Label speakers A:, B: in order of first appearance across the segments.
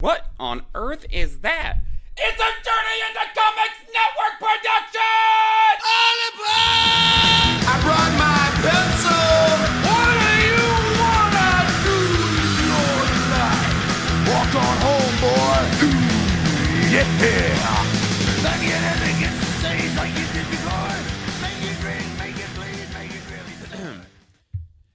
A: What on earth is that?
B: It's a Journey into Comics Network production! All aboard!
C: I brought my pencil.
B: What do you wanna do with your life?
C: Walk on home, boy. Ooh, yeah.
B: Make it epic, it's the same like you did before. Make it green, make it bleed, make it really sad.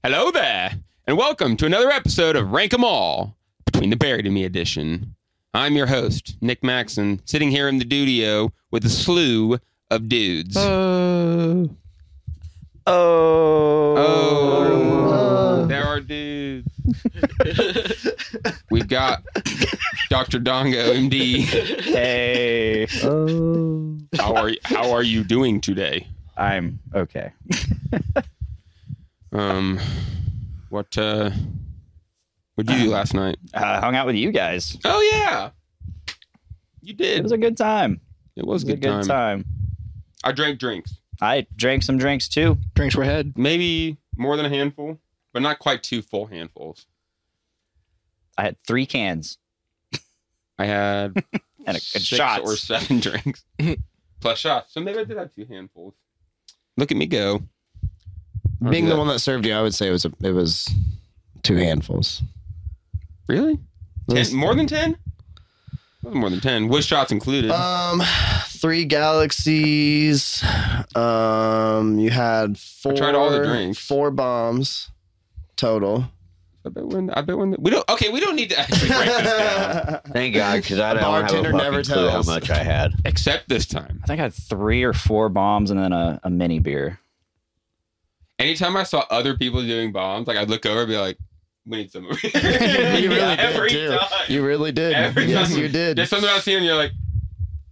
A: Hello there, and welcome to another episode of Rank 'em All Between the Buried and Me edition. I'm your host, Nick Maxon, sitting here in the studio with a slew of dudes. oh. There are dudes. We've got Dr. Dongo, MD.
D: Hey,
A: How are you, how are you doing today?
D: I'm okay.
A: Um, what uh, what did you do last night?
D: Uh, hung out with you guys.
A: Oh yeah, you did.
D: It was a good time.
A: It was
D: It
A: a
D: was
A: good, time. I drank drinks,
D: I drank some drinks too.
E: Drinks were had.
A: maybe more than a handful, but not quite two full handfuls.
D: I had three cans
A: I had
D: and a, and
A: six
D: shots.
A: or seven drinks plus shots, so maybe I did have two handfuls. Look at me go. I don't
E: Being
A: do
E: the
A: that.
E: one that served you, I would say it was a, it was two handfuls.
A: really
E: It was,
A: Ten- more than ten. More than ten, with shots included.
D: Uh,
E: um, three galaxies. Um, you had four.
A: tried all the drinks.
E: Four bombs total.
A: I bet we're. In the, I bet we're. In the, we don't. Okay, we don't need to actually break this down.
F: Thank God, because I
E: The
F: don't have a
E: bartender
F: fucking
E: never
F: clue how
E: tells.
F: much I had.
A: Except this time.
D: I think I had three or four bombs and then a, a mini beer.
A: anytime I saw other people doing bombs, like I'd look over and be like, "We need some." over here."
E: you really
A: Yeah,
E: did. too. You really did.
A: Every
E: yes,
A: time.
E: you did.
A: There's something else here, and you're like,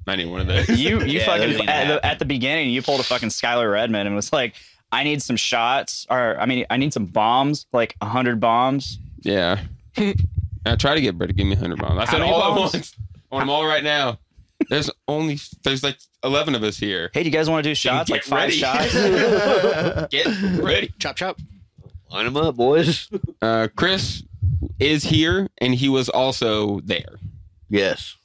A: "I need one of those."
D: You you
F: Yeah, that
D: fucking
F: didn't
D: at the,
F: happen.
D: at the beginning you pulled a fucking Skylar Redmond and was like, I need some shots or I mean I need some bombs, like a hundred bombs.
A: yeah. I tried to get Brett to give me 100 bombs. I
D: How
A: said
D: many
A: all
D: bombs?
A: at once. I want them all right now. There's only there's like 11 of us here.
D: Hey, do you guys want to do shots?
A: get
D: Like five
A: ready.
D: shots?
A: Get ready.
E: chop chop.
F: Line 'em up, boys.
A: Uh, Chris is here, and he was also there.
F: Yes,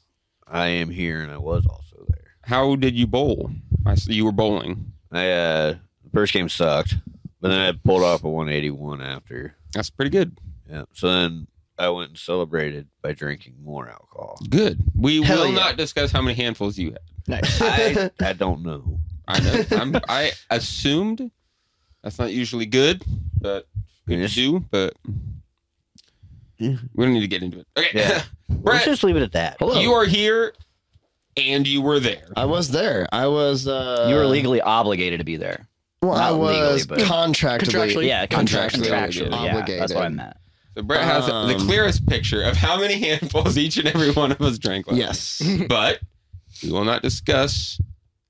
F: I am here, and I was also there.
A: How did you bowl? I see you were bowling.
F: I uh, the first game sucked, but then I pulled off a 181 after.
A: That's pretty good.
F: Yeah, so then I went and celebrated by drinking more alcohol.
A: Good. We
E: Hell
A: will
E: yeah.
A: not discuss how many handfuls you had.
E: Nice.
F: I I don't know.
A: I know. I'm, I assumed that's not usually good, but good to
F: Yes.
A: do. But we don't need to get into it. Okay,
F: Yeah. Let's
A: Brett,
F: just leave it at that.
E: Hello.
A: you are here, and you were there.
E: I was there. I was. Uh,
D: you were legally obligated to be there.
E: Well, I
F: Not legally,
E: was
F: but-
E: contractually.
D: Yeah,
E: Contractually
D: contractually
A: obligated.
D: Yeah, that's what I
E: Obligated.
D: meant.
A: So Brett has the
E: Um,
A: clearest picture of how many handfuls each and every one of us drank. Last
E: Yes.
A: night. but we will not discuss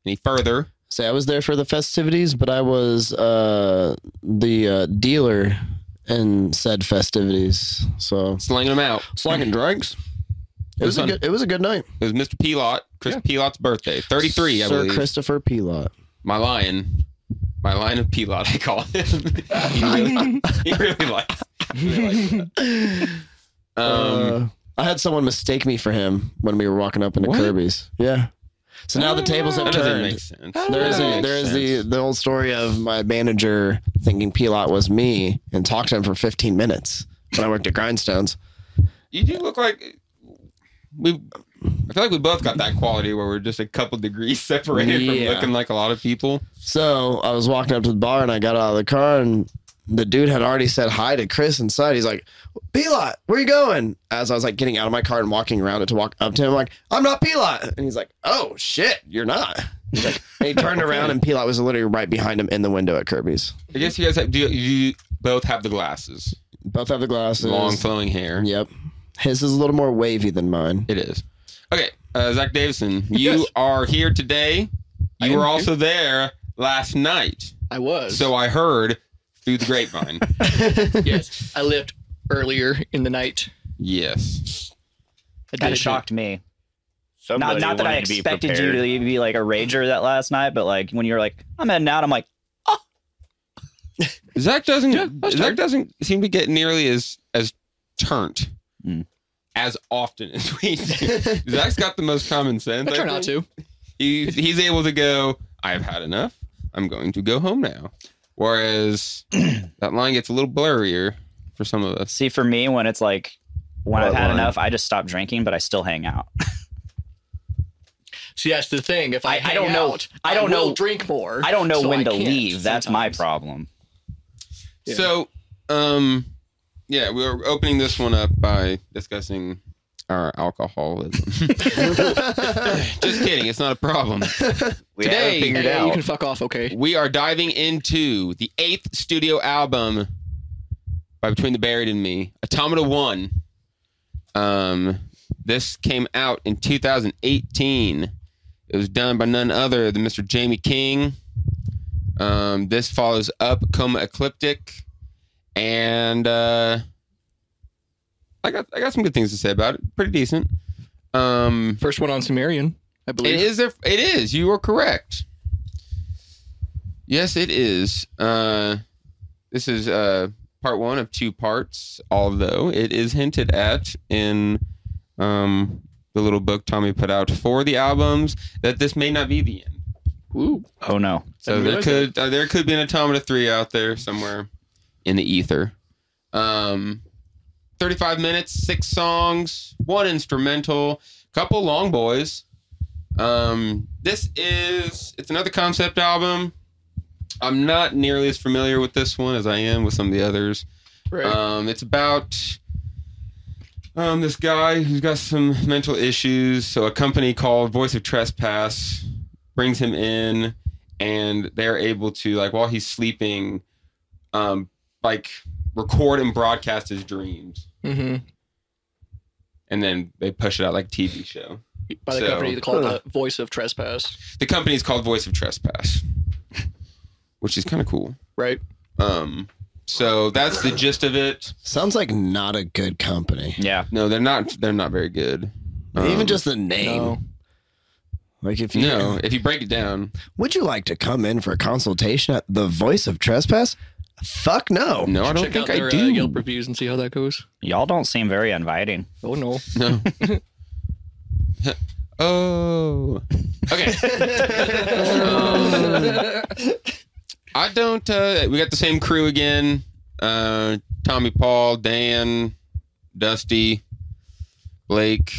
A: any further.
E: Say I was there for the festivities, but I was uh, the uh, dealer in said festivities. So
A: Slinging them out.
E: slanging drinks. It
A: It
E: was
A: was
E: a
A: fun.
E: good. It was a good night.
A: It was Mr. Pelot, Chris Pelot's birthday, thirty-three, I
E: Sir
A: believe.
E: Christopher Pelot.
A: my lion, my lion of Pelot, I call him. he, really, he really likes. he really likes that. Um,
E: Uh, I had someone mistake me for him when we were walking up into
A: What?
E: Kirby's. Yeah. So now the tables have
A: that doesn't make
E: turned.
A: sense.
E: There is
A: That
E: a,
A: makes
E: there is the
A: sense.
E: the old story of my manager thinking Pelot was me and talked to him for 15 minutes when I worked at Grindstones.
A: You do look like we. I feel like we both got that quality where we're just a couple degrees separated
E: Yeah.
A: from looking like a lot of people.
E: So I was walking up to the bar and I got out of the car and the dude had already said hi to Chris inside. He's like, Pelot, where you going? As I was like getting out of my car and walking around it to walk up to him, I'm like, I'm not Pelot. And he's like, Oh shit, you're not. He's like, and he turned around and Pelot was literally right behind him in the window at Kirby's.
A: I guess you guys have, do. You, you both have the glasses,
E: Both have the glasses.
A: long flowing hair.
E: Yep. His is a little more wavy than mine.
A: It is. Okay, uh, Zach Davison, you are here today.
G: I
A: You were
G: am
A: also there last night.
G: I was.
A: So I heard through the grapevine.
G: yes, I left earlier in the night.
A: yes.
G: I
D: Kind
G: did
D: of
G: it.
D: shocked me.
F: Somebody
D: Not, not that I
F: wanted to be
D: expected you
F: prepared.
D: to be like a rager that last night, but like when you were like, I'm heading out, I'm like,
A: Zach doesn't
G: Yeah, that's
A: Zach
G: true. Hmm.
A: doesn't seem to get nearly as as turned.
D: Mm.
A: as often as we do. Zach's got the most common sense.
G: I try not
A: think.
G: to.
A: He, he's able to go, I've had enough. I'm going to go home now. Whereas that line gets a little blurrier for some of us.
D: See, for me, when it's like when
F: What
D: I've had
F: line?
D: enough, I just stop drinking, but I still hang out.
G: See, that's the thing. If
D: I-
G: I,
D: I
G: hang
D: don't know-
G: out,
D: I don't
G: will
D: know-
G: Drink more.
D: I don't know
G: so
D: when to
G: can't
D: leave. That's my
G: sometimes.
D: problem.
G: Yeah.
A: So, um, yeah, we are opening this one up by discussing our alcoholism. Just kidding, it's not a problem.
F: We
A: Today-
F: haven't figured
G: Yeah, you
F: out.
G: can fuck off. Okay.
A: We are diving into the eighth studio album by Between the Buried and Me, Automata One. Um, this came out in 2018. It was done by none other than Mr. Jamie King. Um, this follows up Coma Ecliptic, and uh, I got I got some good things to say about it. Pretty decent. Um,
G: First one on Sumerian, I believe.
A: it is their. It is. You are correct. Yes, it is. Uh, this is uh, part one of two parts. Although it is hinted at in um, the little book Tommy put out for the albums that this may not be the end.
G: Ooh.
D: Oh no.
A: So there could uh, there could be an Automata three out there somewhere in the ether. Um, thirty five minutes, six songs, one instrumental, couple long boys. Um, this is it's another concept album. I'm not nearly as familiar with this one as I am with some of the others.
G: Right.
A: Um, it's about um, this guy who's got some mental issues. So a company called Voice of Trespass brings him in, and they're able to like while he's sleeping, um, like record and broadcast his dreams,
G: hmm
A: and then they push it out like a TV show.
G: By the
A: so-
G: company called the Voice of Trespass.
A: The company's called Voice of Trespass, which is kind of cool.
G: Right.
A: Um, so that's the gist of it.
E: Sounds like not a good company.
D: Yeah.
A: No, they're not. They're not very good. Um,
E: Even just the name.
G: No.
E: Like if you
A: no. If you break it down,
E: would you like to come in for a consultation at the voice of trespass? Fuck no.
A: No, I don't
G: Check
A: think
G: out their
A: I
G: Uh,
A: do.
G: Yelp reviews and see how that goes.
D: Y'all don't seem very inviting.
G: Oh no.
A: no. oh. Okay. Um, I don't. Uh, we got the same crew again. Uh, Tommy, Paul, Dan, Dusty, Blake.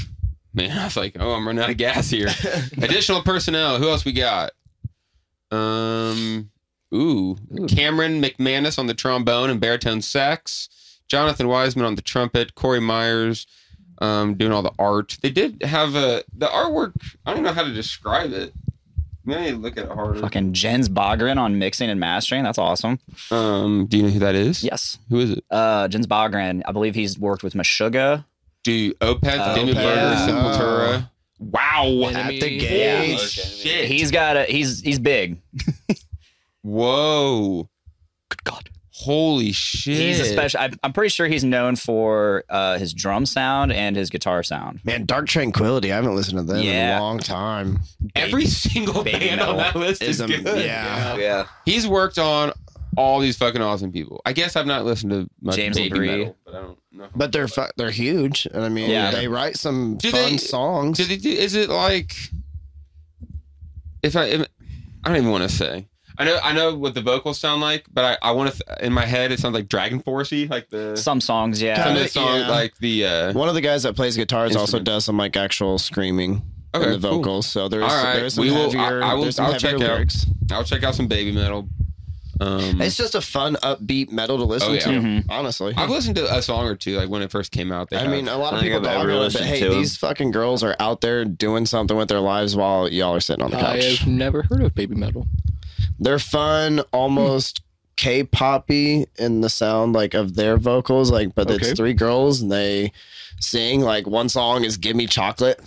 A: Man, I was like, oh, I'm running out of gas here. Additional personnel. Who else we got? Um. Ooh, Cameron McManus on the trombone and baritone sax. Jonathan Wiseman on the trumpet. Corey Myers um, doing all the art. They did have a the artwork. I don't know how to describe it. Maybe I need to look at it harder.
D: Fucking Jens Bogren on mixing and mastering. That's awesome.
A: Um, do you know who that is?
D: Yes.
A: Who is it?
D: Uh, Jens Bogren. I believe he's worked with Meshuggah.
A: Do you, Opeth,
D: Uh,
A: Demi
D: Opeth.
A: Burger,
E: Yeah.
A: Sepultura. Wow.
G: Enemy.
E: At the
D: Yeah.
E: gate.
A: shit.
D: He's got a he's he's big.
A: Whoa.
G: Good God.
A: Holy shit.
D: He's a special. I, I'm pretty sure he's known for uh, his drum sound and his guitar sound.
E: Man, Dark Tranquility. I haven't listened to them in
D: Yeah.
E: a long time.
A: Every single
D: baby
A: band on
D: metal
A: that list is
E: Ism-
A: good.
E: yeah.
F: Yeah.
A: He's worked on all these fucking awesome people. I guess I've not listened to much
D: James
A: baby
D: Labrie.
A: metal, but I don't know.
E: But they're fu- they're huge, and I mean,
D: Yeah.
E: they write some
A: Do
E: fun
A: they-
E: songs.
A: Do they do, is it like if I if- I don't even want to say. I know I know what the vocals sound like, but I, I want to in my head it sounds like Dragon Forcey, like the
D: Some songs,
A: some
D: yeah.
A: of
E: Kinda.
A: the song
E: yeah.
A: like the uh
E: One of the guys that plays guitars also
A: Instrument.
E: does some like actual screaming
A: Okay,
E: in the
A: cool.
E: vocals. So there's
A: All right,
E: there's some
A: we will-
E: heavier.
A: I- I will-
E: there's some
A: I'll
E: heavier
A: check it out.
E: lyrics.
A: I'll check out some baby metal. Um
E: It's just a fun upbeat metal to listen
A: Oh, yeah.
E: to.
D: Mhm.
E: Honestly,
A: I've listened to a song or two like when it first came out. They
E: I
A: have-
E: mean, a lot
F: I
E: of
F: think
E: people
F: I've
E: dog
F: ever
E: it, but
F: listened
E: hey,
F: to 'em.
E: these fucking girls are out there doing something with their lives while y'all are sitting on
A: Oh,
E: the
G: I
E: couch.
G: have never heard of baby metal.
E: They're fun, almost K-poppy in the sound like of their vocals, like but
G: Okay.
E: it's three girls and they sing like one song is "Give Me Chocolate."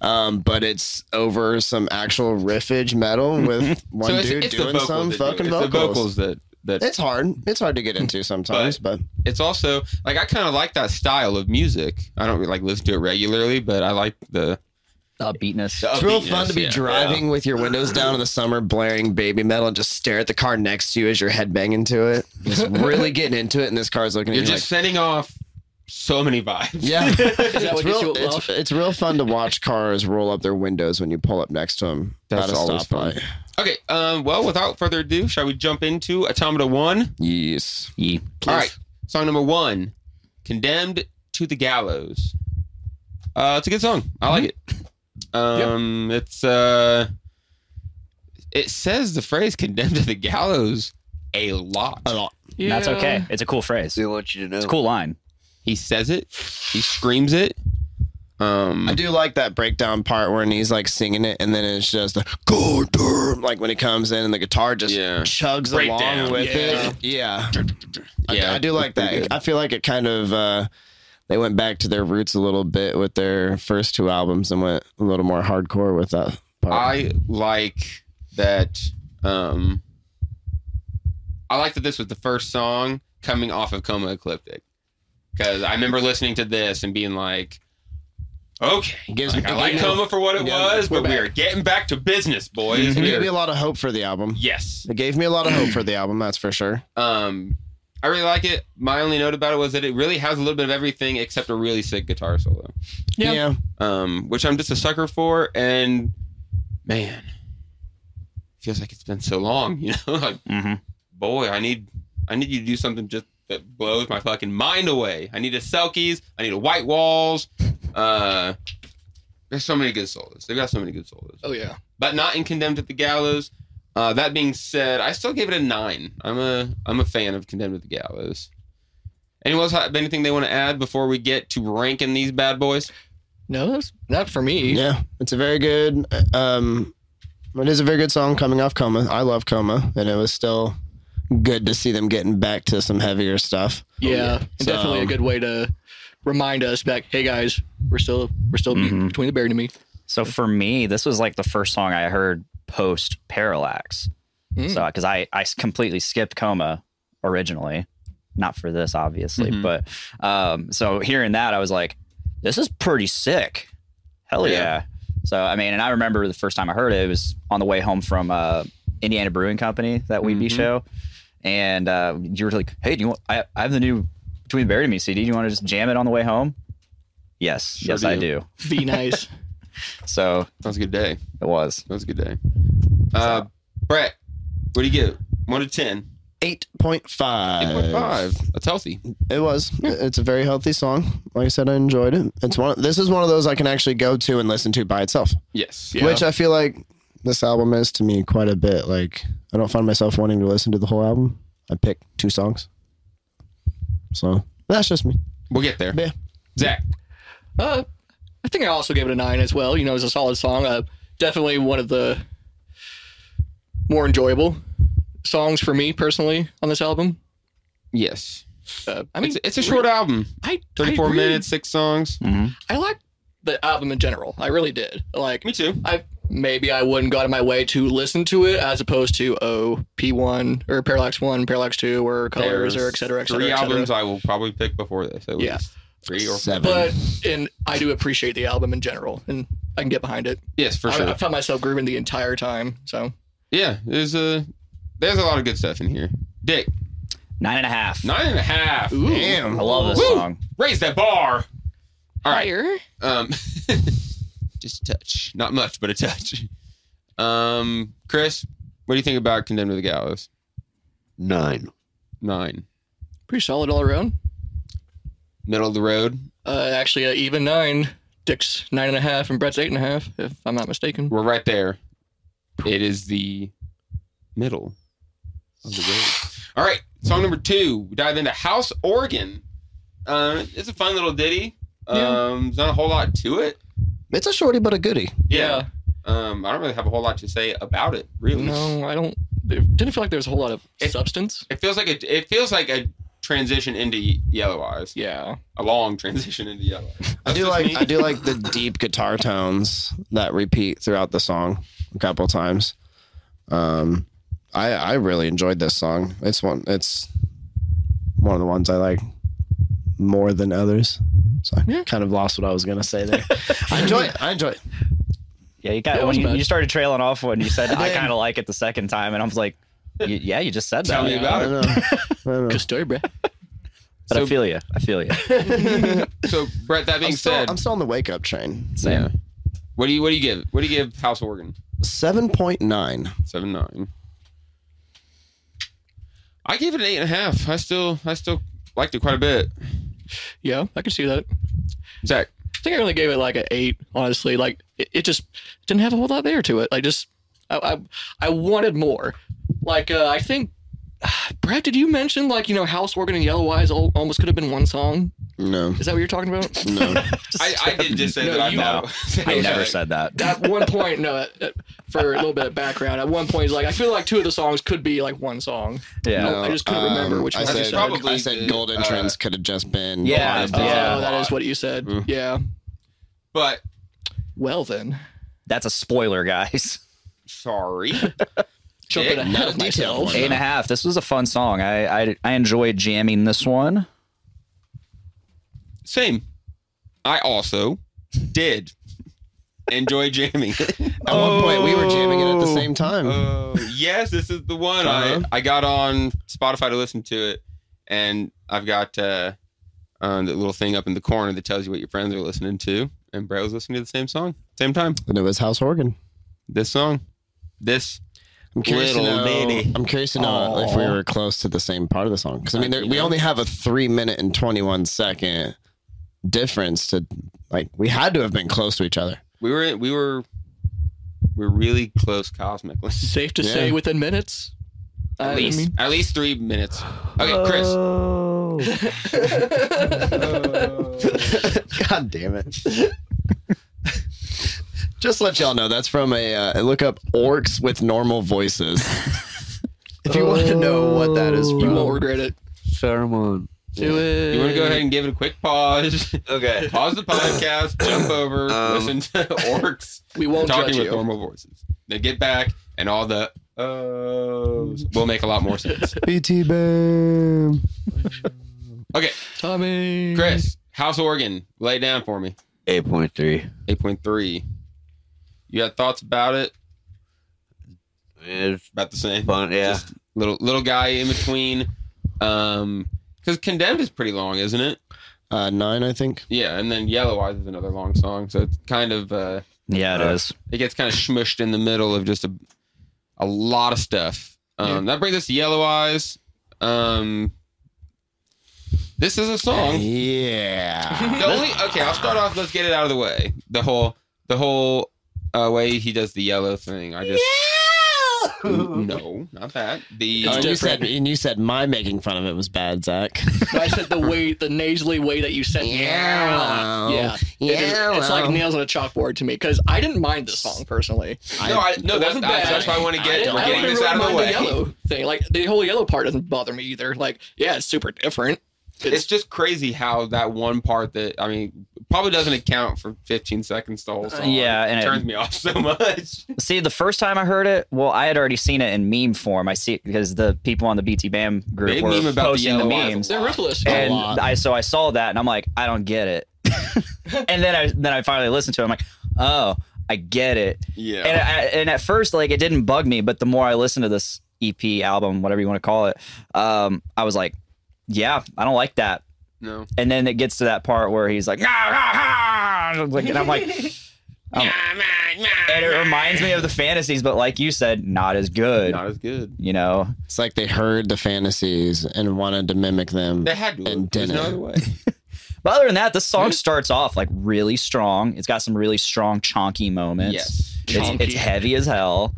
E: um, but it's over some actual riffage metal with one
A: so it's-
E: dude
A: it's the
E: doing
A: vocals
E: some
A: that do it.
E: fucking
A: it's
E: vocals.
A: The vocals that that
E: It's hard. It's hard to get into sometimes, but
A: it's also like I kind of like that style of music. I don't like listen to it regularly, but I like the
D: Uh, Upbeatness.
E: It's real fun
A: upbeatness,
E: to be
A: yeah.
E: driving with your windows down in the summer, blaring baby metal, and just stare at the car next to you as your head banging to it. Just really getting into it, and this car's looking
A: You're
E: at you
A: just sending off so many vibes.
E: Yeah, it's,
G: what gets you
E: real,
G: at
E: it's,
G: Welsh?
E: it's real fun to watch cars roll up their windows when you pull up next to them.
A: That's
E: at a
A: always fun.
E: stoplight.
A: Okay. Um, well, without further ado, shall we jump into Automata One?
E: Yes.
A: All right. Song number one, "Condemned to the Gallows." Uh, it's a good song. I like it. Um, it's uh, it says the phrase "condemned to the gallows" a lot. A lot.
G: Yeah.
D: That's okay. It's a cool phrase.
F: They want you to know.
D: It's a cool line.
A: He says it. He screams it. Um,
E: I do like that breakdown part when he's like singing it, and then it's just the go durm, like when it comes in and the guitar just
A: Yeah.
E: chugs
A: Breakdown,
E: along
A: yeah.
E: with it. Yeah,
A: Yeah.
E: I, I do like that. I feel like it kind of uh, they went back to their roots a little bit with their first two albums and went a little more hardcore with that part.
A: I like that. Um, I like that this was the first song coming off of Coma Ecliptic because I remember listening to this and being like, "Okay,
E: Gives
A: like,
E: me-
A: I like
E: yeah.
A: Coma for what it
E: Yeah,
A: was,
E: we're
A: but we
E: back.
A: are getting back Mm-hmm. to business, boys."
E: it
A: We
E: gave me
A: are-
E: a lot of hope for the album.
A: yes,
E: It gave me a lot of hope for the album, that's for sure.
A: um, I really like it. My only note about it was that it really has a little bit of everything except a really sick guitar solo.
G: Yeah.
A: um, which I'm just a sucker for. And man, feels like it's been so long, you know? like,
D: Mhm.
A: boy, I need, I need you to do something just that blows my fucking mind away. I need a Selkies. I need a White Walls. Uh, there's so many good solos. They've got so many good solos,
G: Oh yeah.
A: but not in Condemned at the Gallows. Uh, that being said, I still gave it a nine. I'm a I'm a fan of Condemned at the Gallows. Anyone else have anything they want to add before we get to ranking these bad boys?
G: No, that's not for me.
E: Yeah, it's a very good. Um, it is a very good song coming off Coma. I love Coma, and it was still good to see them getting back to some heavier stuff.
G: Oh, Yeah, and
E: So-
G: definitely a good way to remind us back. Hey guys, we're still we're still
D: Mhm.
G: between the buried and me.
D: So for me, this was like the first song I heard post Parallax.
G: Mm.
D: So because I I completely skipped Coma originally, not for this obviously,
A: Mhm.
D: but um, so hearing that I was like, this is pretty sick. Hell yeah.
A: Yeah.
D: So I mean, and I remember the first time I heard it, it was on the way home from uh, Indiana Brewing Company that
A: Mhm.
D: Weeby show, and uh, you were like, hey, do you want? I, I have the new Between the Buried and Me CD. Do you want to just jam it on the way home? Yes,
A: Sure
D: yes,
A: do.
D: I do.
G: Be nice.
D: So
A: That was a good day.
D: it was.
A: That was a good day. Uh, Brett, what do you give? One to ten.
E: Eight point
A: Eight point
E: five.
A: five. That's healthy.
E: It was. It's a very healthy song. Like I said, I enjoyed it. It's one. This is one of those I can actually go to and listen to by itself,
A: Yes.
E: which I feel like this album is to me quite a bit. Like I don't find myself wanting to listen to the whole album. I pick two songs. So that's just me.
A: We'll get there.
E: Yeah.
A: Zach.
G: Uh, I think I also gave it a nine as well. You know, it's a solid song. Uh, definitely one of the more enjoyable songs for me personally on this album.
A: Yes.
G: Uh, I
A: I
G: mean,
A: mean, it's, it's a short album.
G: I
A: Thirty-four
G: I really-
A: minutes, six songs.
D: Mm-hmm.
G: I liked the album in general. I really did. Like,
A: Me too.
G: I maybe I wouldn't go out of my way to listen to it as opposed to oh P one or Parallax one, Parallax two, or Colors or
A: There's
G: et cetera, et cetera,
A: Three
G: et cetera.
A: albums I will probably pick before this. At
G: Yeah.
A: least. Three or
E: Seven.
G: But and I do appreciate the album in general, and I can get behind it.
A: Yes, for
G: I,
A: sure.
G: I found myself grooving the entire time. So
A: yeah. There's a there's a lot of good stuff in here. Dick,
D: Nine and a half.
A: nine and a half.
D: I love this
A: Woo!
D: song.
A: Raise that bar. All right.
G: higher.
A: Um, just a touch, not much, but a touch. Um, Chris, what do you think about Condemned to the Gallows?
F: Nine.
A: Nine,
G: pretty solid all around.
A: middle of the road.
G: Uh, actually, uh, even nine. Dick's nine and a half, and Brett's eight and a half, if I'm not mistaken.
A: We're right there. It is the middle of the road. All right, song number two. We dive into House Organ. Uh, it's a fun little ditty.
G: Yeah.
A: Um, there's not a whole lot to it.
E: It's a shorty but a goodie.
A: Yeah. Um, I don't really have a whole lot to say about it, really.
G: No, I don't. It didn't feel like there was a whole lot of
A: It-
G: substance.
A: It feels like a, it feels like a transition into Yellow Eyes.
G: Yeah.
A: a long transition into yellow.
E: I do
A: That's
E: like
A: just
E: I
A: me.
E: do like the deep guitar tones that repeat throughout the song a couple times. Um, I I really enjoyed this song. It's one it's one of the ones I like more than others. So I
G: Yeah.
E: kind of lost what I was gonna say there. I enjoy it. I enjoy it.
D: Yeah, you got
G: That
D: when
G: was
D: you,
G: bad.
D: you started trailing off when you said I kind of like it the second time, and I was like, y- yeah, you just said
A: Tell
D: that.
A: me
E: I
A: about
E: don't
A: it.
E: know. I don't know.
G: Good story, Brett.
D: But
A: So-
D: I feel you. I feel you.
A: So Brett, that being
E: I'm still,
A: said,
E: I'm still on the wake up train.
D: Same.
A: Yeah. What do you what do you give? What do you give House Organ?
E: Seven point nine.
A: Seven nine. I gave it an eight and a half. I still I still liked it quite a bit.
G: Yeah, I can see that.
A: Zach,
G: I think I only gave it like an eight, honestly. Like it, it just didn't have a whole lot there to it. I just I I, I wanted more. Like uh, I think Brad, did you mention like you know House Organ and Yellow Eyes al- almost could have been one song?
E: No,
G: Is that what you're talking about?
E: no.
A: I, I did just say
G: No,
A: that I
G: you-
A: thought.
D: I never said that.
G: At one point, no. at- at- For a little bit of background, at one point, he's like, I feel like two of the songs could be like one song.
D: Yeah.
G: I just couldn't remember which
E: Um, I
G: one.
E: said.
A: That's probably
E: I said
A: the,
E: Golden
A: uh,
E: Trends could have just been.
D: Yeah.
E: Honest-
G: Oh,
D: Yeah.
G: that is what you said.
A: Mm.
G: Yeah.
A: But
G: Well then,
D: That's a spoiler, guys.
A: sorry.
G: jumping
A: Yeah,
G: ahead
E: not
G: of
E: a detailed
G: myself.
E: one.
D: Eight and a half. This was a fun song. I I, I enjoyed jamming this one.
A: Same. I also did enjoy jamming.
E: At one point, we were jamming it at the same time.
A: Oh yes, this is the one
E: Uh-huh.
A: I I got on Spotify to listen to it, and I've got uh, um, the little thing up in the corner that tells you what your friends are listening to, and Brett was listening to the same song, same time.
E: and it was House Organ.
A: This song, this
E: I'm curious to
A: Little
E: know.
A: bitty.
E: I'm curious to know if we were close to the same part of the song because I mean there, we only have a three minute and twenty one second difference to like we had to have been close to each other.
A: we were we were we are really close cosmically.
G: Safe to
E: Yeah.
G: say, within minutes. I
A: At least
G: mean-
A: at least three minutes. Okay, Chris.
E: God damn it. Just let y'all know that's from a uh, look up orcs with normal voices. if you want to know what that is from,
G: you won't regret it.
F: Pheromone.
G: Do it.
A: You want to go ahead and give it a quick pause?
F: Okay.
A: Pause the podcast, jump over,
F: Um,
A: listen to orcs
G: We won't
A: talking
G: judge
A: with
G: you.
A: normal voices. Then get back, and all the ohs will make a lot more sense.
E: BT Oh, Bam.
A: Okay,
G: Tommy.
A: Chris, House Organ, lay it down for me.
F: 8.3.
A: 8.3. You got thoughts about it?
F: It's
A: About the same.
F: fun. Yeah.
A: Just little little guy in between. Um, because Condemned is pretty long, isn't it?
E: Uh, nine, I think.
A: Yeah, and then Yellow Eyes is another long song, so it's kind of uh,
D: Oh. Yeah, it is.
A: Uh, it gets kind of smushed in the middle of just a, a lot of stuff. Um, That brings us to Yellow Eyes. Um, this is a song.
E: Yeah.
A: The only okay, I'll start off. Let's get it out of the way. The whole the whole uh, way he does the yellow thing. I just no, not that. The uh,
E: Oh, and you
G: different.
E: said and you said my making fun of it was bad, Zach.
G: I said the way, the nasally way that you said.
E: Yeah.
G: Yeah. It is, it's like nails on a chalkboard to me because I didn't mind this song personally.
A: no, I, no,
G: It
A: that's,
G: wasn't
A: I-
G: bad.
A: that's why I want to
G: I
A: get
G: didn't,
A: we're
G: I don't
A: getting
G: even
A: this out of
G: really
A: the
G: mind
A: way.
G: the yellow thing. Like the whole yellow part doesn't bother me either. Like yeah, it's super different.
A: it's just crazy how that one part that I mean probably doesn't account for 15 seconds the whole song.
D: yeah,
A: it
D: and it-
A: turns me off so much.
D: See, the first time I heard it, well, I had already seen it in meme form. I see it because the people on the BT Bam group
A: They
D: were
A: meme about the
D: posting the,
A: yellow eyes a
D: memes,
G: They're ruthless.
D: and
E: lot.
D: I so I saw that, and I'm like, I don't get it. and then I then I finally listened to it. I'm like, oh, I get it.
A: Yeah.
D: And I, and at first, like, it didn't bug me, but the more I listened to this EP album, whatever you want to call it, um, I was like, yeah, I don't like that.
A: no.
D: And then it gets to that part where he's like, ah, ah, ah, like, and I'm like,
E: oh.
D: I'm- and it reminds me of the fantasies, but like you said, not as good.
A: Not as good.
D: you know,
E: It's like they heard the fantasies and wanted to mimic them.
A: They had to.
E: And
A: There's no
E: dinner.
A: other way.
D: but other than that, the song starts off like really strong. It's got some really strong chonky moments.
A: Yes.
D: It's, it's
G: Chonky.
D: heavy as hell.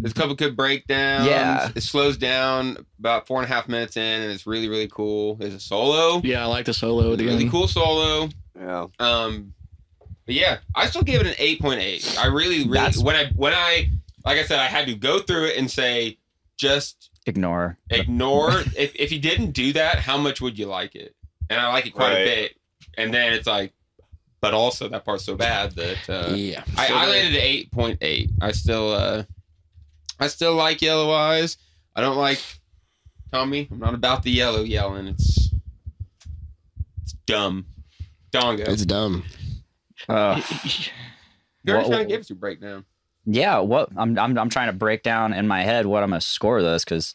A: There's a couple good breakdowns.
D: Yeah.
A: It slows down about four and a half minutes in, and it's really, really cool. There's a solo.
G: yeah, I like the solo. at The
A: Really
G: end.
A: cool solo.
F: Yeah.
A: Um, but yeah, I still gave it an 8.8. I really, really
D: That's-
A: when I when I like I said, I had to go through it and say just
D: Ignore.
A: ignore if if you didn't do that, how much would you like it? And I like it quite a
F: Right.
A: bit. And then it's like, but also that part's so bad that uh,
E: yeah.
A: I,
G: So
A: I
G: they-
A: landed at eight point eight. I still uh I still like yellow eyes. I don't like Tommy. I'm not about the yellow yelling. It's it's dumb. Dongo.
E: It's dumb.
D: Uh,
A: You're
D: Wha-
A: trying to give us your breakdown.
D: yeah, what I'm, I'm I'm trying to break down in my head what I'm gonna score this because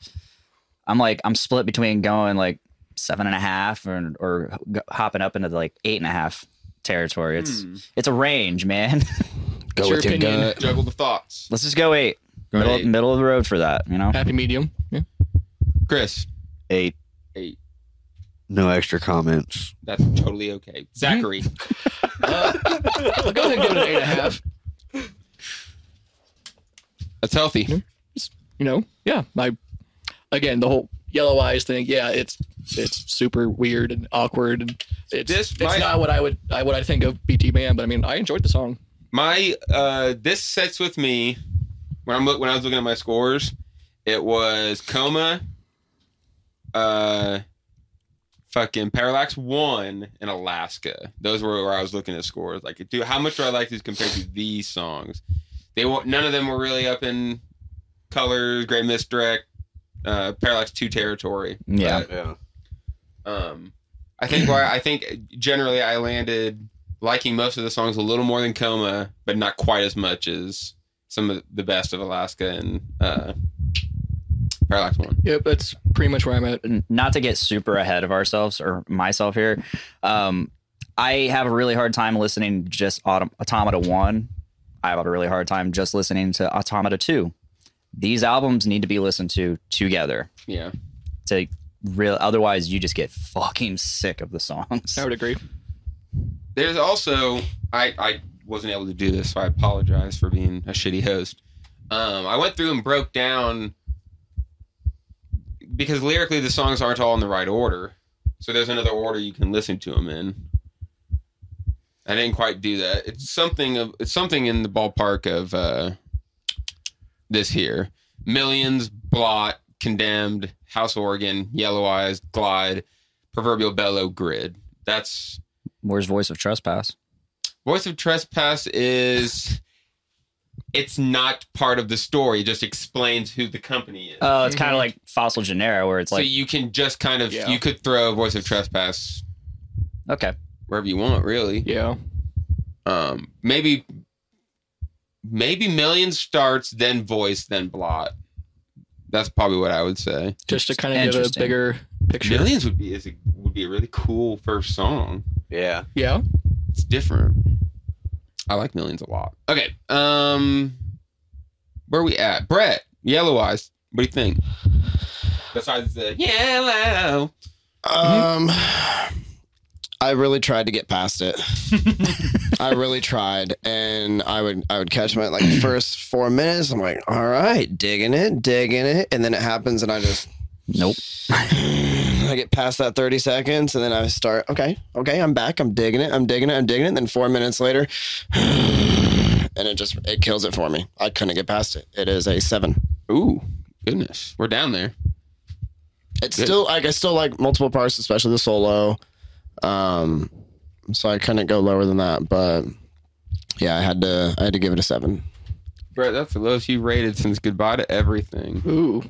D: I'm like I'm split between going like seven and a half or, or g- hopping up into the like eight and a half territory.
A: Hmm.
D: It's it's a range, man.
G: Go your opinion.
A: Juggle the thoughts.
D: Let's just go eight.
F: Go
D: middle,
F: eight.
D: middle of the road for that, you know?
G: Happy medium. Yeah.
A: Chris,
F: Eight.
A: Eight.
F: No extra comments.
A: that's totally okay. Zachary,
G: I'll go ahead and give it an eight and a half.
A: that's healthy.
G: You know, yeah. My again the whole yellow eyes thing. Yeah, it's it's super weird and awkward and it's
A: This
G: it's
A: might-
G: not what I would I what I think of BT Band, but I mean I enjoyed the song.
A: My uh, this sets with me when I'm look, when I was looking at my scores. It was coma, uh, fucking parallax one, and Alaska. Those were where I was looking at scores. Like, dude, how much do I like these compared to these songs? They won't. None of them were really up in colors, gray misdirect, uh, parallax two territory.
D: Yeah.
F: Yeah.
A: Um, I think why I think generally I landed liking most of the songs a little more than Coma, but not quite as much as some of the best of Alaska and uh, Parallax One.
G: Yep, that's pretty much where I'm at.
D: n- not to get super ahead of ourselves or myself here. Um, I have a really hard time listening to just Autom- Automata One. I have a really hard time just listening to Automata Two. These albums need to be listened to together.
A: Yeah,
D: To real, otherwise you just get fucking sick of the songs.
G: I would agree.
A: there's also I I wasn't able to do this, so I apologize for being a shitty host. Um, I went through and broke down because lyrically the songs aren't all in the right order, so there's another order you can listen to them in. I didn't quite do that. It's something of it's something in the ballpark of uh, this here: millions, blot, condemned, house organ, yellow eyes, glide, proverbial bellow, grid. That's
D: Where's Voice of Trespass?
A: Voice of Trespass is it's not part of the story. It just explains who the company is.
D: Oh, it's kind of like Fossil Genera, where it's
A: so
D: like,
A: you can just kind of
G: Yeah.
A: you could throw Voice of Trespass
D: okay,
A: wherever you want, really.
G: Yeah.
A: Um maybe maybe million starts, then voice, then blot. That's probably what I would say.
G: Just to kind of give a
D: Interesting.
G: bigger picture.
A: Millions would be is a, would be a really cool first song.
F: Yeah.
G: Yeah.
A: It's different. I like millions a lot. Okay. Um where are we at? Brett, yellow eyes. What do you think? Besides the yellow.
E: Um, I really tried to get past it. I really tried, and I would I would catch my like first four minutes. I'm like, all right, digging it, digging it, and then it happens, and I just
D: nope.
E: I get past that 30 seconds, and then I start. Okay, okay, I'm back. I'm digging it. I'm digging it. I'm digging it. And then four minutes later, and it just it kills it for me. I couldn't get past it. It is a seven.
A: Ooh, goodness. We're down there.
E: It's
A: Good.
E: still like I still like multiple parts, especially the solo. Um, so I couldn't go lower than that, but yeah, I had to I had to give it a seven.
A: Brett, that's the lowest you rated since goodbye to everything.
G: Ooh.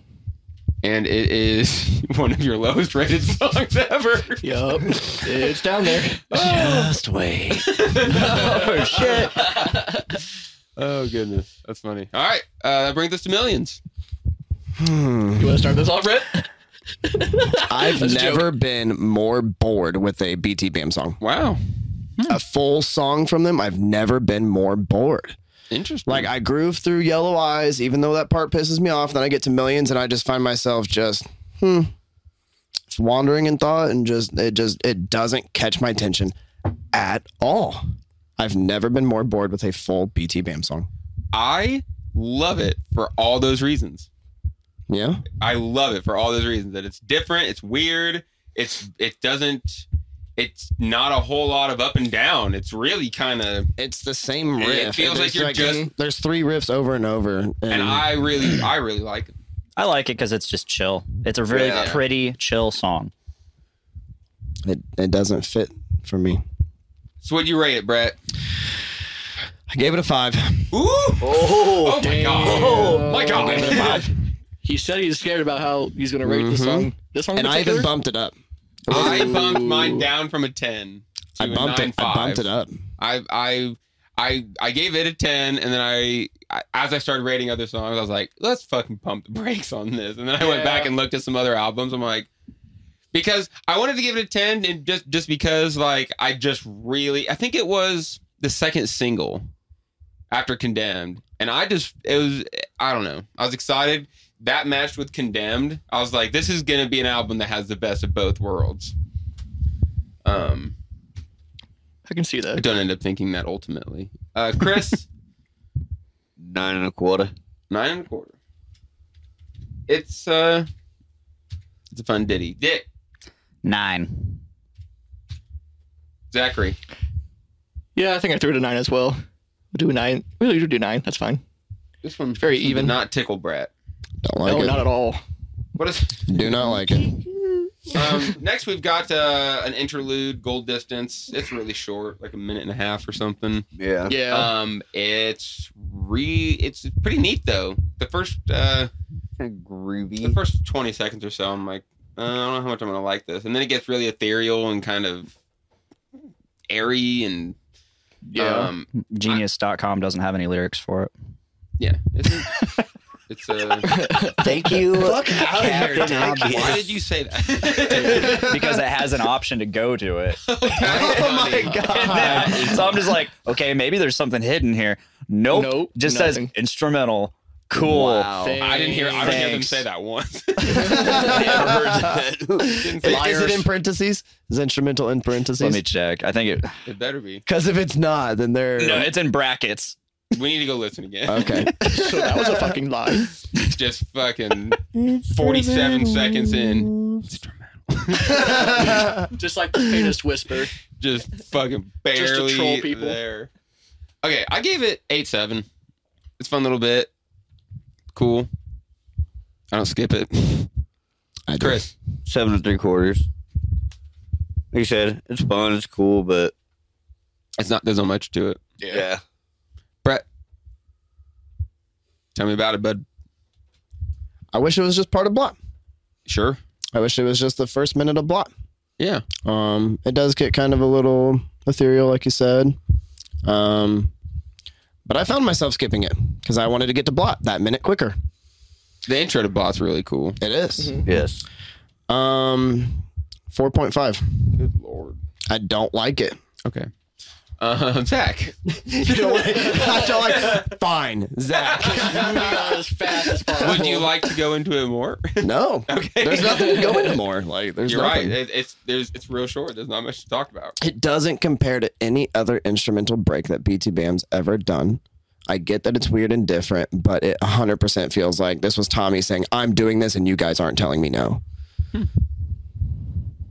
A: And it is one of your lowest rated songs ever.
G: Yup. it's down there.
D: Just wait. oh shit.
A: Oh goodness. That's funny. All right. Uh that brings us to millions.
G: You want to start this off, Brett?
E: I've
G: That's a joke.
E: never been more bored with a BT Bam song.
A: Wow.
G: Hmm.
E: A full song from them, I've never been more bored.
A: Interesting.
E: Like I groove through Yellow Eyes, even though that part pisses me off. Then I get to Millions, and I just find myself just hmm, just wandering in thought, and just it just it doesn't catch my attention at all. I've never been more bored with a full BT Bam song.
A: I love it for all those reasons.
E: Yeah,
A: I love it for all those reasons that it's different, it's weird, it's it doesn't it's not a whole lot of up and down. It's really kind of
E: it's the same
A: It
E: riff.
A: feels like
E: There's
A: you're
E: there's-
A: just-
E: there's three riffs over and over, and,
A: and I really I really like it.
D: I like it because it's just chill. It's a really
A: Yeah.
D: pretty chill song.
E: it it doesn't fit for me.
A: So what do you rate it, Brett?
E: I gave it a five.
A: Ooh! Oh, my god. Oh my god.
G: He said he's scared about how he's going to rate this song. This song in
E: and I even
G: particular?
E: bumped it up.
A: I bumped mine down from a 10 to
E: I
A: a
E: bumped it. I
A: 9.5.
E: bumped it up.
A: I I I I gave it a ten, and then I, I as I started rating other songs, I was like, let's fucking pump the brakes on this. And then I went
G: Yeah.
A: back and looked at some other albums. I'm like, because I wanted to give it a 10 and just just because like I just really I think it was the second single after Condemned and I just it was I don't know. I was excited that matched with Condemned. I was like this is going to be an album that has the best of both worlds. Um
G: I can see
A: I
G: that.
A: don't end up thinking that ultimately. Uh Chris
F: Nine and a quarter.
A: nine and a quarter. It's uh it's a fun ditty. Dick
D: Nine.
A: Zachary
G: Yeah, I think I threw it a nine as well. We'll do a nine. We'll do nine. That's fine.
A: This one's
G: Very
A: this one did
G: even.
A: Not tickle brat.
E: Don't like
G: no,
E: it.
G: not at all.
A: What is?
E: Do not like it.
A: Um, next, we've got uh, an interlude, Gold Distance. It's really short, like a minute and a half or something.
F: Yeah.
G: Yeah.
A: Um, it's re. It's pretty neat though. The first, uh, the
F: Groovy.
A: first twenty seconds or so, I'm like, uh, I don't know how much I'm gonna like this, and then it gets really ethereal and kind of airy and
G: yeah.
A: Um,
D: Genius.com doesn't have any lyrics for it.
A: yeah. It's, it's uh,
D: Thank you.
E: Fuck out
A: Captain Why did you say that?
D: because it has an option to go to it.
A: oh my god.
D: And then- so I'm just like, okay, maybe there's something hidden here. Nope.
G: Nope,
D: just
G: nothing.
D: says instrumental. Cool.
A: I didn't hear. I didn't hear them
D: Thanks.
A: say that once.
E: Is it in parentheses? Is instrumental in
D: Let me
E: parentheses?
D: check. I think it.
A: It better be.
E: Because if it's not, then they're
D: No, it's in brackets.
A: We need to go listen again.
E: okay.
G: so that was a fucking lie.
A: Just fucking 47 seconds in. It's dramatic.
G: Just like the faintest whisper.
A: Just fucking barely
G: Just to troll people.
A: there. Okay, I gave it 8-7. It's a fun little bit. Cool. I don't skip it.
E: I do.
A: Chris,
F: Seven and three quarters. Like you said, it's fun, it's cool, but
A: it's not there's not much to it.
F: yeah.
A: Brett. Tell me about it, bud.
E: I wish it was just part of Blot.
A: Sure.
E: I wish it was just the first minute of Blot.
A: Yeah.
E: Um, it does get kind of a little ethereal, like you said. Um, but I found myself skipping it because I wanted to get to Blot that minute quicker.
A: The intro to Bot's really cool.
E: It is.
A: Mm-hmm.
F: Yes.
E: Um, 4.5.
A: Good lord.
E: I don't like it.
A: Okay. Um, Zach.
E: You don't like, I don't like. Fine, Zach.
G: Moving on as fast as possible.
A: Would you like to go into it more?
E: No,
A: Okay.
E: there's nothing to go into more. Like there's
A: You're
E: nothing.
A: right. It, it's there's it's real short. There's not much to talk about.
E: It doesn't compare to any other instrumental break that BT Bam's ever done. I get that it's weird and different, but it 100% feels like this was Tommy saying, I'm doing this and you guys aren't telling me no.
A: You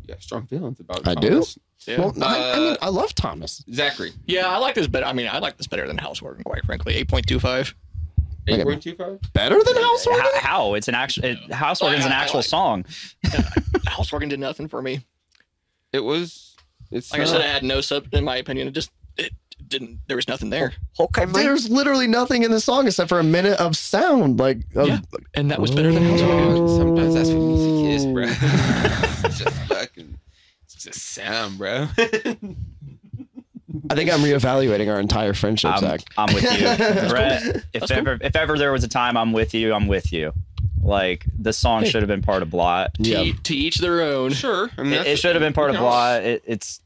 A: got strong feelings about. it,
E: I do?
A: Thomas.
G: Yeah.
E: Well, I, I mean,
A: Uh,
E: I love Thomas.
A: Zachary,
G: yeah, I like this better. I mean, I like this better than Houseworking, quite frankly. 8.25.
E: Okay.
A: eight point two five.
E: Better than Housework?
D: How? how? It's an actual. It, Housework is an
G: I- I
D: actual
G: like-
D: song.
G: Houseworking did nothing for me.
A: It was. It's uh,
G: Like I said, I had no sub, in my opinion. It just it didn't, there was nothing there.
F: Okay,
E: There's literally nothing in the song except for a minute of sound. Like, of,
G: Yeah. And that was better
E: Oh.
G: than Houseworking.
A: sometimes that's what music is, bro. it's just fucking. It's just sound, bro.
E: I think I'm reevaluating our entire friendship,
A: Um,
D: I'm,
E: Zach.
D: I'm with you, Brett. If ever, if ever there was a time I'm with you, I'm with you. Like this song should have been part of Blot.
G: To,
E: Yeah.
G: to each their own.
A: sure. I mean,
D: It,
A: that's-
D: it should have been part of
A: you know,
D: Blot. It, it's,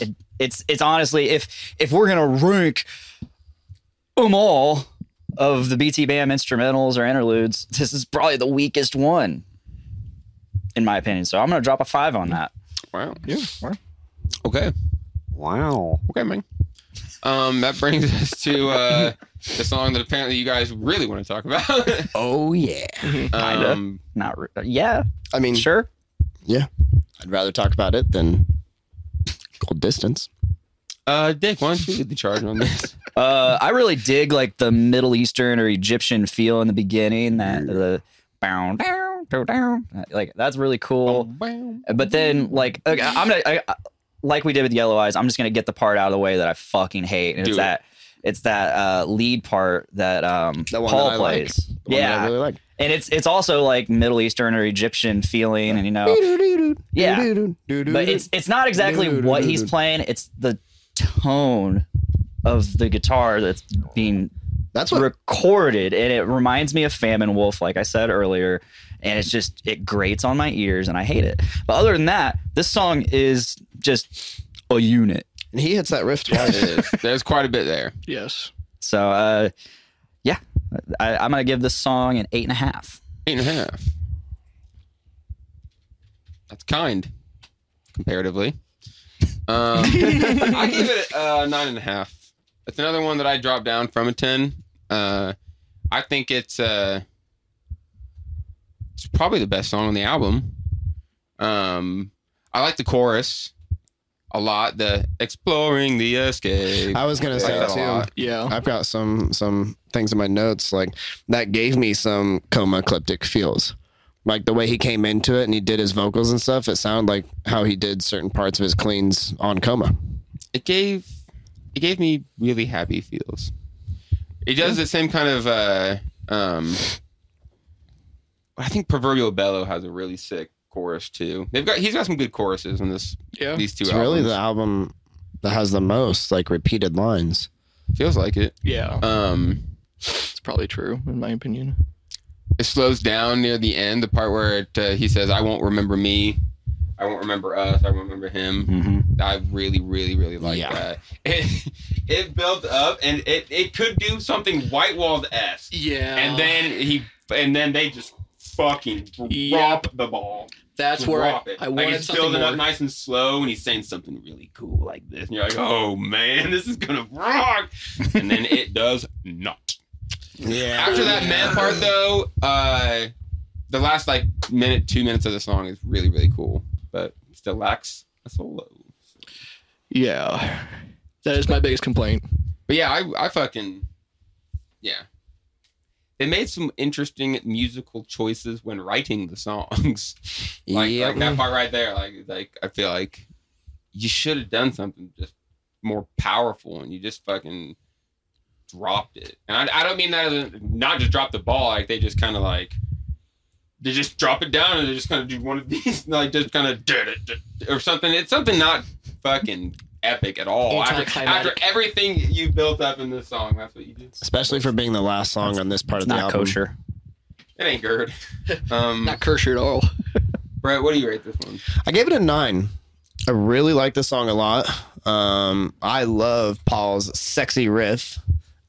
D: it, it's, it's honestly, if if we're gonna rank them all of the BT Bam instrumentals or interludes, this is probably the weakest one, in my opinion. So I'm gonna drop a five on that.
A: Wow. Yeah. Okay.
F: Wow.
A: Okay, man. Um, that brings us to uh, the song that apparently you guys really want to talk about.
E: Oh, yeah.
D: Kinda.
A: um,
D: Not re- uh, yeah,
E: I mean,
D: sure.
E: yeah. I'd rather talk about it than Gold Distance.
A: uh, Dick, why don't you lead the charge on this?
D: Uh, I really dig like the Middle Eastern or Egyptian feel in the beginning. That the bound down, down, down, like that's really cool. But then like okay, I'm gonna I, I- like we did with Yellow Eyes. I'm just gonna get the part out of the way that I fucking hate, and
A: Do
D: it's
A: it.
D: that it's that uh, lead part that um
E: The one
D: Paul
E: that I like.
D: plays.
E: The one
D: yeah,
E: that I really like.
D: and it's it's also like Middle Eastern or Egyptian feeling, and you know Yeah. but it's it's not exactly what he's playing. It's the tone of the guitar that's being
E: That's what
D: recorded and it reminds me of Famine Wolf, like I said earlier. And it's just, it grates on my ears and I hate it. But other than that, this song is just a unit.
E: and he hits that riff
A: It
E: twice.
A: is. There's quite a bit there.
G: Yes.
D: So, uh, yeah, I, I'm going to give this song an eight and a half.
A: Eight and a half. That's kind, comparatively. Um, I give it uh, nine and a half. It's another one that I dropped down from a ten. Uh, I think it's uh, it's probably the best song on the album. Um, I like the chorus a lot. The exploring the escape.
E: I was gonna
A: I
E: say
A: like that a
E: too.
A: lot.
G: Yeah.
E: I've got some some things in my notes like that gave me some coma ecliptic feels. Like the way he came into it and he did his vocals and stuff, it sounded like how he did certain parts of his cleans on coma.
A: it gave it gave me really happy feels. It does the same kind of uh um I think Proverbial Bellow has a really sick chorus too. They've got he's got some good choruses in this
G: Yeah.
A: these two
E: It's
A: albums.
E: really the album that has the most like repeated lines.
A: Feels like it.
G: Yeah.
A: Um
G: It's probably true in my opinion.
A: it slows down near the end, the part where it, uh, he says, "I won't remember me, I won't remember us, I won't remember him." I really, really, really like
E: Mm-hmm. Yeah.
A: that. It, it built up, and it, it could do something White Walled esque,
G: Yeah.
A: and then he and then they just fucking drop
G: Oh. Yep.
A: the ball.
G: that's where I,
A: Drop it.
G: I
A: like
G: wanted
A: it's
G: something
A: building
G: more.
A: up nice and slow, and he's saying something really cool like this, and you're like, "Oh man, this is gonna rock!" and then it does not.
E: Yeah.
A: After that man part, though, uh, the last like minute, two minutes of the song is really, really cool, but still lacks a solo.
G: Yeah. That is my biggest complaint.
A: But yeah, I, I fucking, yeah. They made some interesting musical choices when writing the songs. like,
E: Yep.
A: like that part right there. Like, like I feel like you should have done something just more powerful, and you just fucking dropped it. And I, I don't mean that as a, not just drop the ball. Like they just kind of like they just drop it down, and they just kind of do one of these, like just kind of did it or something. It's something not fucking epic at all. After, after
G: Anticlimactic.
A: everything you built up in this song, that's what you did.
E: Especially for being the last song on this part
D: It's
E: of the
D: not
E: album.
D: kosher.
A: It ain't good. Um,
G: Not Kersher at all.
A: Brett, what do you rate this one?
E: I gave it a nine. I really like this song a lot. Um, I love Paul's sexy riff,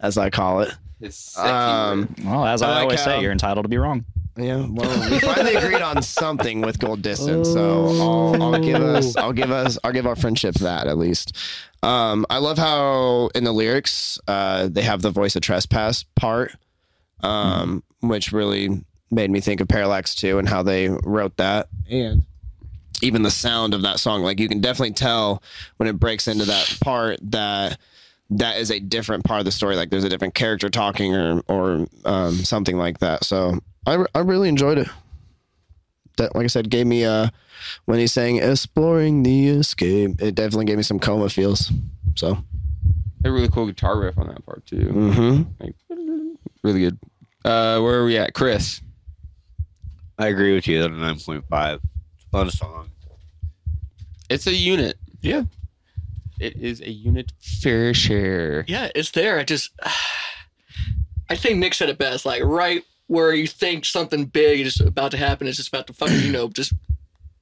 E: as I call it.
A: It's sexy.
E: Um,
D: Well, as I, uh,
E: I like
D: always
E: how-
D: say, you're entitled to be wrong.
E: yeah, well, we finally agreed on something with Gold Distance, so I'll, I'll give us, I'll give us, I'll give our friendship that at least. Um, I love how in the lyrics uh, they have the voice of trespass part, um, which really made me think of Parallax 2 and how they wrote that. And even the sound of that song, like you can definitely tell when it breaks into that part that that is a different part of the story. Like there's a different character talking or, or um, something like that. So I, re- I really enjoyed it. That, like I said, gave me uh when he's saying exploring the escape, it definitely gave me some coma feels. So,
A: a really cool guitar riff on that part too.
E: mm-hmm.
A: Really good. Uh, where are we at, Chris?
F: I agree with you. That's a nine point five. Fun song.
A: It's a unit.
G: Yeah.
A: It is a unit fair share.
G: Yeah, it's there. I just, I think Nick said it best. Like right where you think something big is about to happen, it's just about to fucking you know just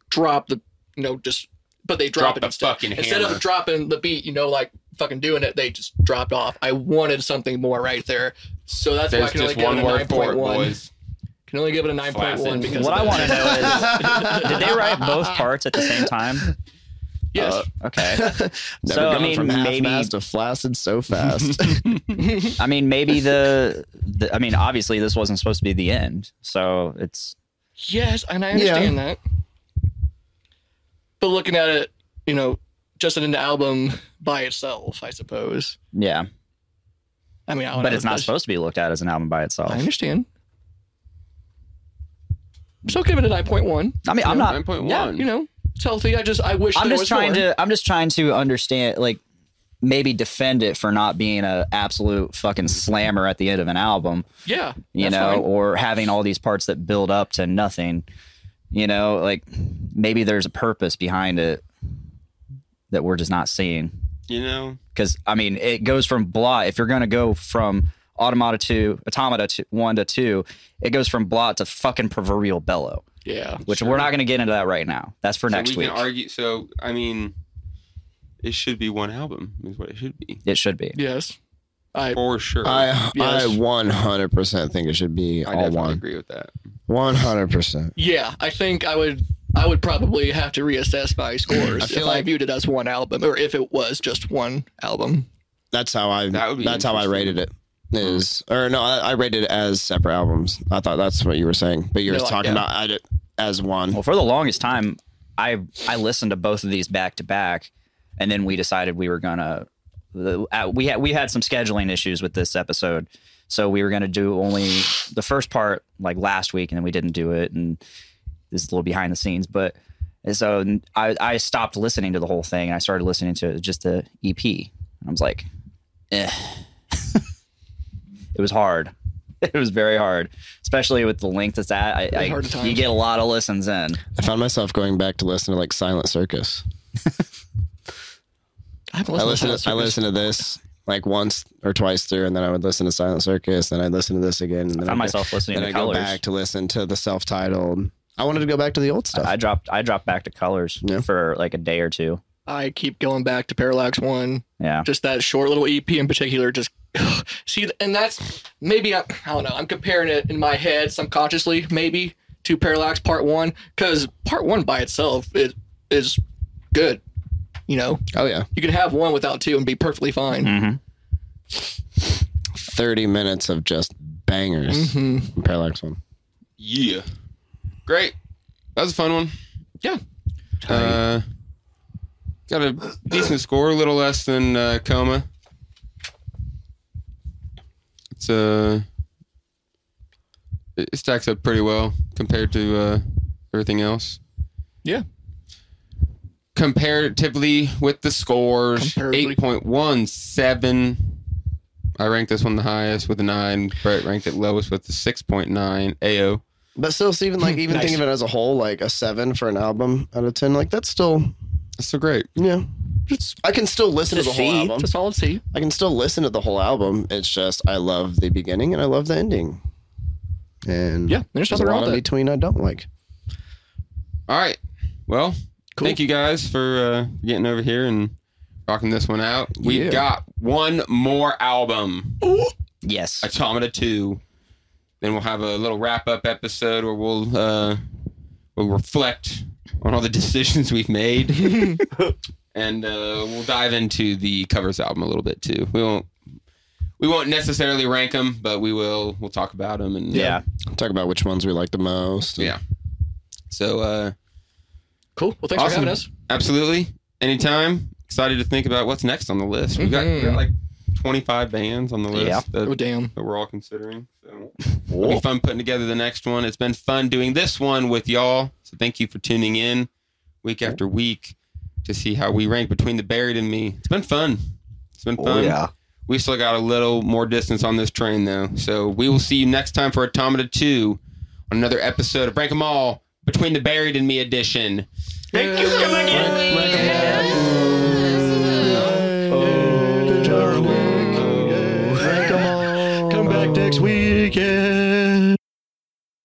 G: drop the you know just but they drop,
A: Drop
G: it
A: the
G: instead.
A: fucking
G: instead
A: hammer.
G: of dropping the beat you know like fucking doing it they just dropped off. I wanted something more right there, so that's why I
A: There's
G: can only
A: just
G: give it
A: one
G: a nine
A: word for
G: point
A: it,
G: one.
A: boys.
G: Can only give it a nine point one
A: Flaccid.
G: because
D: What
G: of
D: I
G: that.
D: want to know is, did they write both parts at the same time?
G: yes,
D: Okay.
E: Never
D: So, I
E: gone
D: mean,
E: from
D: maybe-
E: half-mast to flaccid so fast.
D: I mean, maybe the, the. I mean, obviously, this wasn't supposed to be the end, so it's
G: yes, and I understand that. But looking at it, you know, just in an album by itself, I suppose.
D: yeah.
G: I mean, I don't
D: But
G: know,
D: it's not
G: that's-
D: supposed to be looked at as an album by itself.
G: I understand. I'm still giving it a 9.1.
D: I mean, I'm not.
A: Nine point one.
G: Yeah, you know, it's healthy. I just, I wish
D: I'm
G: there
D: just
G: was
D: trying
G: more.
D: to. I'm just trying to understand, like, maybe defend it for not being a absolute fucking slammer at the end of an album.
G: Yeah.
D: you
G: that's
D: know,
G: fine.
D: or having all these parts that build up to nothing. You know, like maybe there's a purpose behind it that we're just not seeing.
A: You know,
D: Because I mean, it goes from blah. If you're gonna go from Automata 2, Automata 2, 1 to 2, it goes from blot to fucking proverbial bellow,
G: Yeah.
D: which we're not going to get into that right now. That's for next
A: so we
D: week.
A: Can argue, so, I mean, it should be one album, is what it should be.
D: it should be.
G: Yes. I
A: For sure.
E: I I
G: Yes.
E: 100% think it should be
A: I
E: all
A: definitely
E: one.
A: agree with that.
E: 100%.
G: yeah, I think I would I would probably have to reassess my scores
E: I
G: if
E: feel
G: I
E: like-
G: viewed it as one album or if it was just one album.
E: That's how I
A: That would be
E: that's how I
A: interesting.
E: rated it. Is or no, I, I rated it as separate albums. I thought that's what you were saying, but you were
G: No, I-
E: talking
G: yeah.
E: about I did, as one.
D: Well, for the longest time, I I listened to both of these back to back, and then we decided we were gonna the, uh, we had we had some scheduling issues with this episode, so we were gonna do only the first part like last week, and then we didn't do it, and this is a little behind the scenes, but and so I I stopped listening to the whole thing, and I started listening to just the EP, and I was like, eh. it was hard. It was very hard, especially with the length it's at. I, I,
G: hard at
D: you
G: times.
D: get a lot of listens in.
E: I found myself going back to listen to like Silent Circus.
G: I haven't
E: I listened
G: listened to Silent
E: I
G: Circus.
E: listened to this like once or twice through, and then I would listen to Silent Circus, then I'd listen to this again, and
D: I
E: then I'd
D: found
E: go-
D: myself listening
E: then
D: to
E: I go
D: colors.
E: back to listen to the self-titled. I wanted to go back to the old stuff.
D: I dropped I dropped back to colors
E: Yeah.
D: for like a day or two.
G: I keep going back to Parallax One.
D: Yeah.
G: Just that short little EP in particular. Just see, and that's maybe I, I don't know. I'm comparing it in my head subconsciously, maybe to Parallax Part One, because Part One by itself is is good. You know,
E: oh yeah,
G: you can have one without two and be perfectly fine.
D: Mm-hmm.
E: thirty minutes of just bangers.
G: hmm
E: Parallax one.
A: Yeah. Great. That was a fun one.
G: Yeah.
A: Uh, got a decent score, a little less than uh, Coma. It's uh, it it stacks up pretty well compared to uh, everything else.
G: Yeah.
A: Comparatively with the scores,
G: Comparatively.
A: eight point one seven. I ranked this one the highest with a nine. Brett ranked it lowest with a six point nine. Ao.
E: But still, it's even like even
G: Nice.
E: thinking of it as a whole, like a seven for an album out of ten, like that's still
A: That's so great.
E: yeah. I can still listen to the whole
D: See?
E: album.
G: It's a solid C.
E: I can still listen to the whole album. It's just I love the beginning and I love the ending. And
G: Yeah, there's
E: there's a
G: nothing wrong
E: lot
G: with
E: in
G: that.
E: between I don't like.
A: All right. Well,
G: Cool.
A: thank you guys for uh, getting over here and rocking this one out. We've
E: Yeah.
A: got one more album,
D: Yes.
A: Automata Two. Then we'll have a little wrap up episode where we'll uh, we'll reflect on all the decisions we've made, and uh, we'll dive into the covers album a little bit too. We won't we won't necessarily rank them, but we will we'll talk about them and
D: Yeah.
E: Talk about which ones we like the most.
A: yeah. So. Uh,
G: Cool. Well, thanks for
A: Awesome.
G: having us.
A: Absolutely. Anytime. Excited to think about what's next on the list. We've got, we've got like 25 bands on the list
D: Yeah.
A: that,
G: Oh damn.
A: that we're all considering. So it'll be fun putting together the next one. It's been fun doing this one with y'all. So thank you for tuning in week after week to see how we rank between the buried and me. It's been fun. It's been fun. We still got a little more distance on this train though. So we will see you next time for Automata 2 on another episode of Rank 'em All Between the Buried and Me edition.
G: Thank you.
E: Like, like,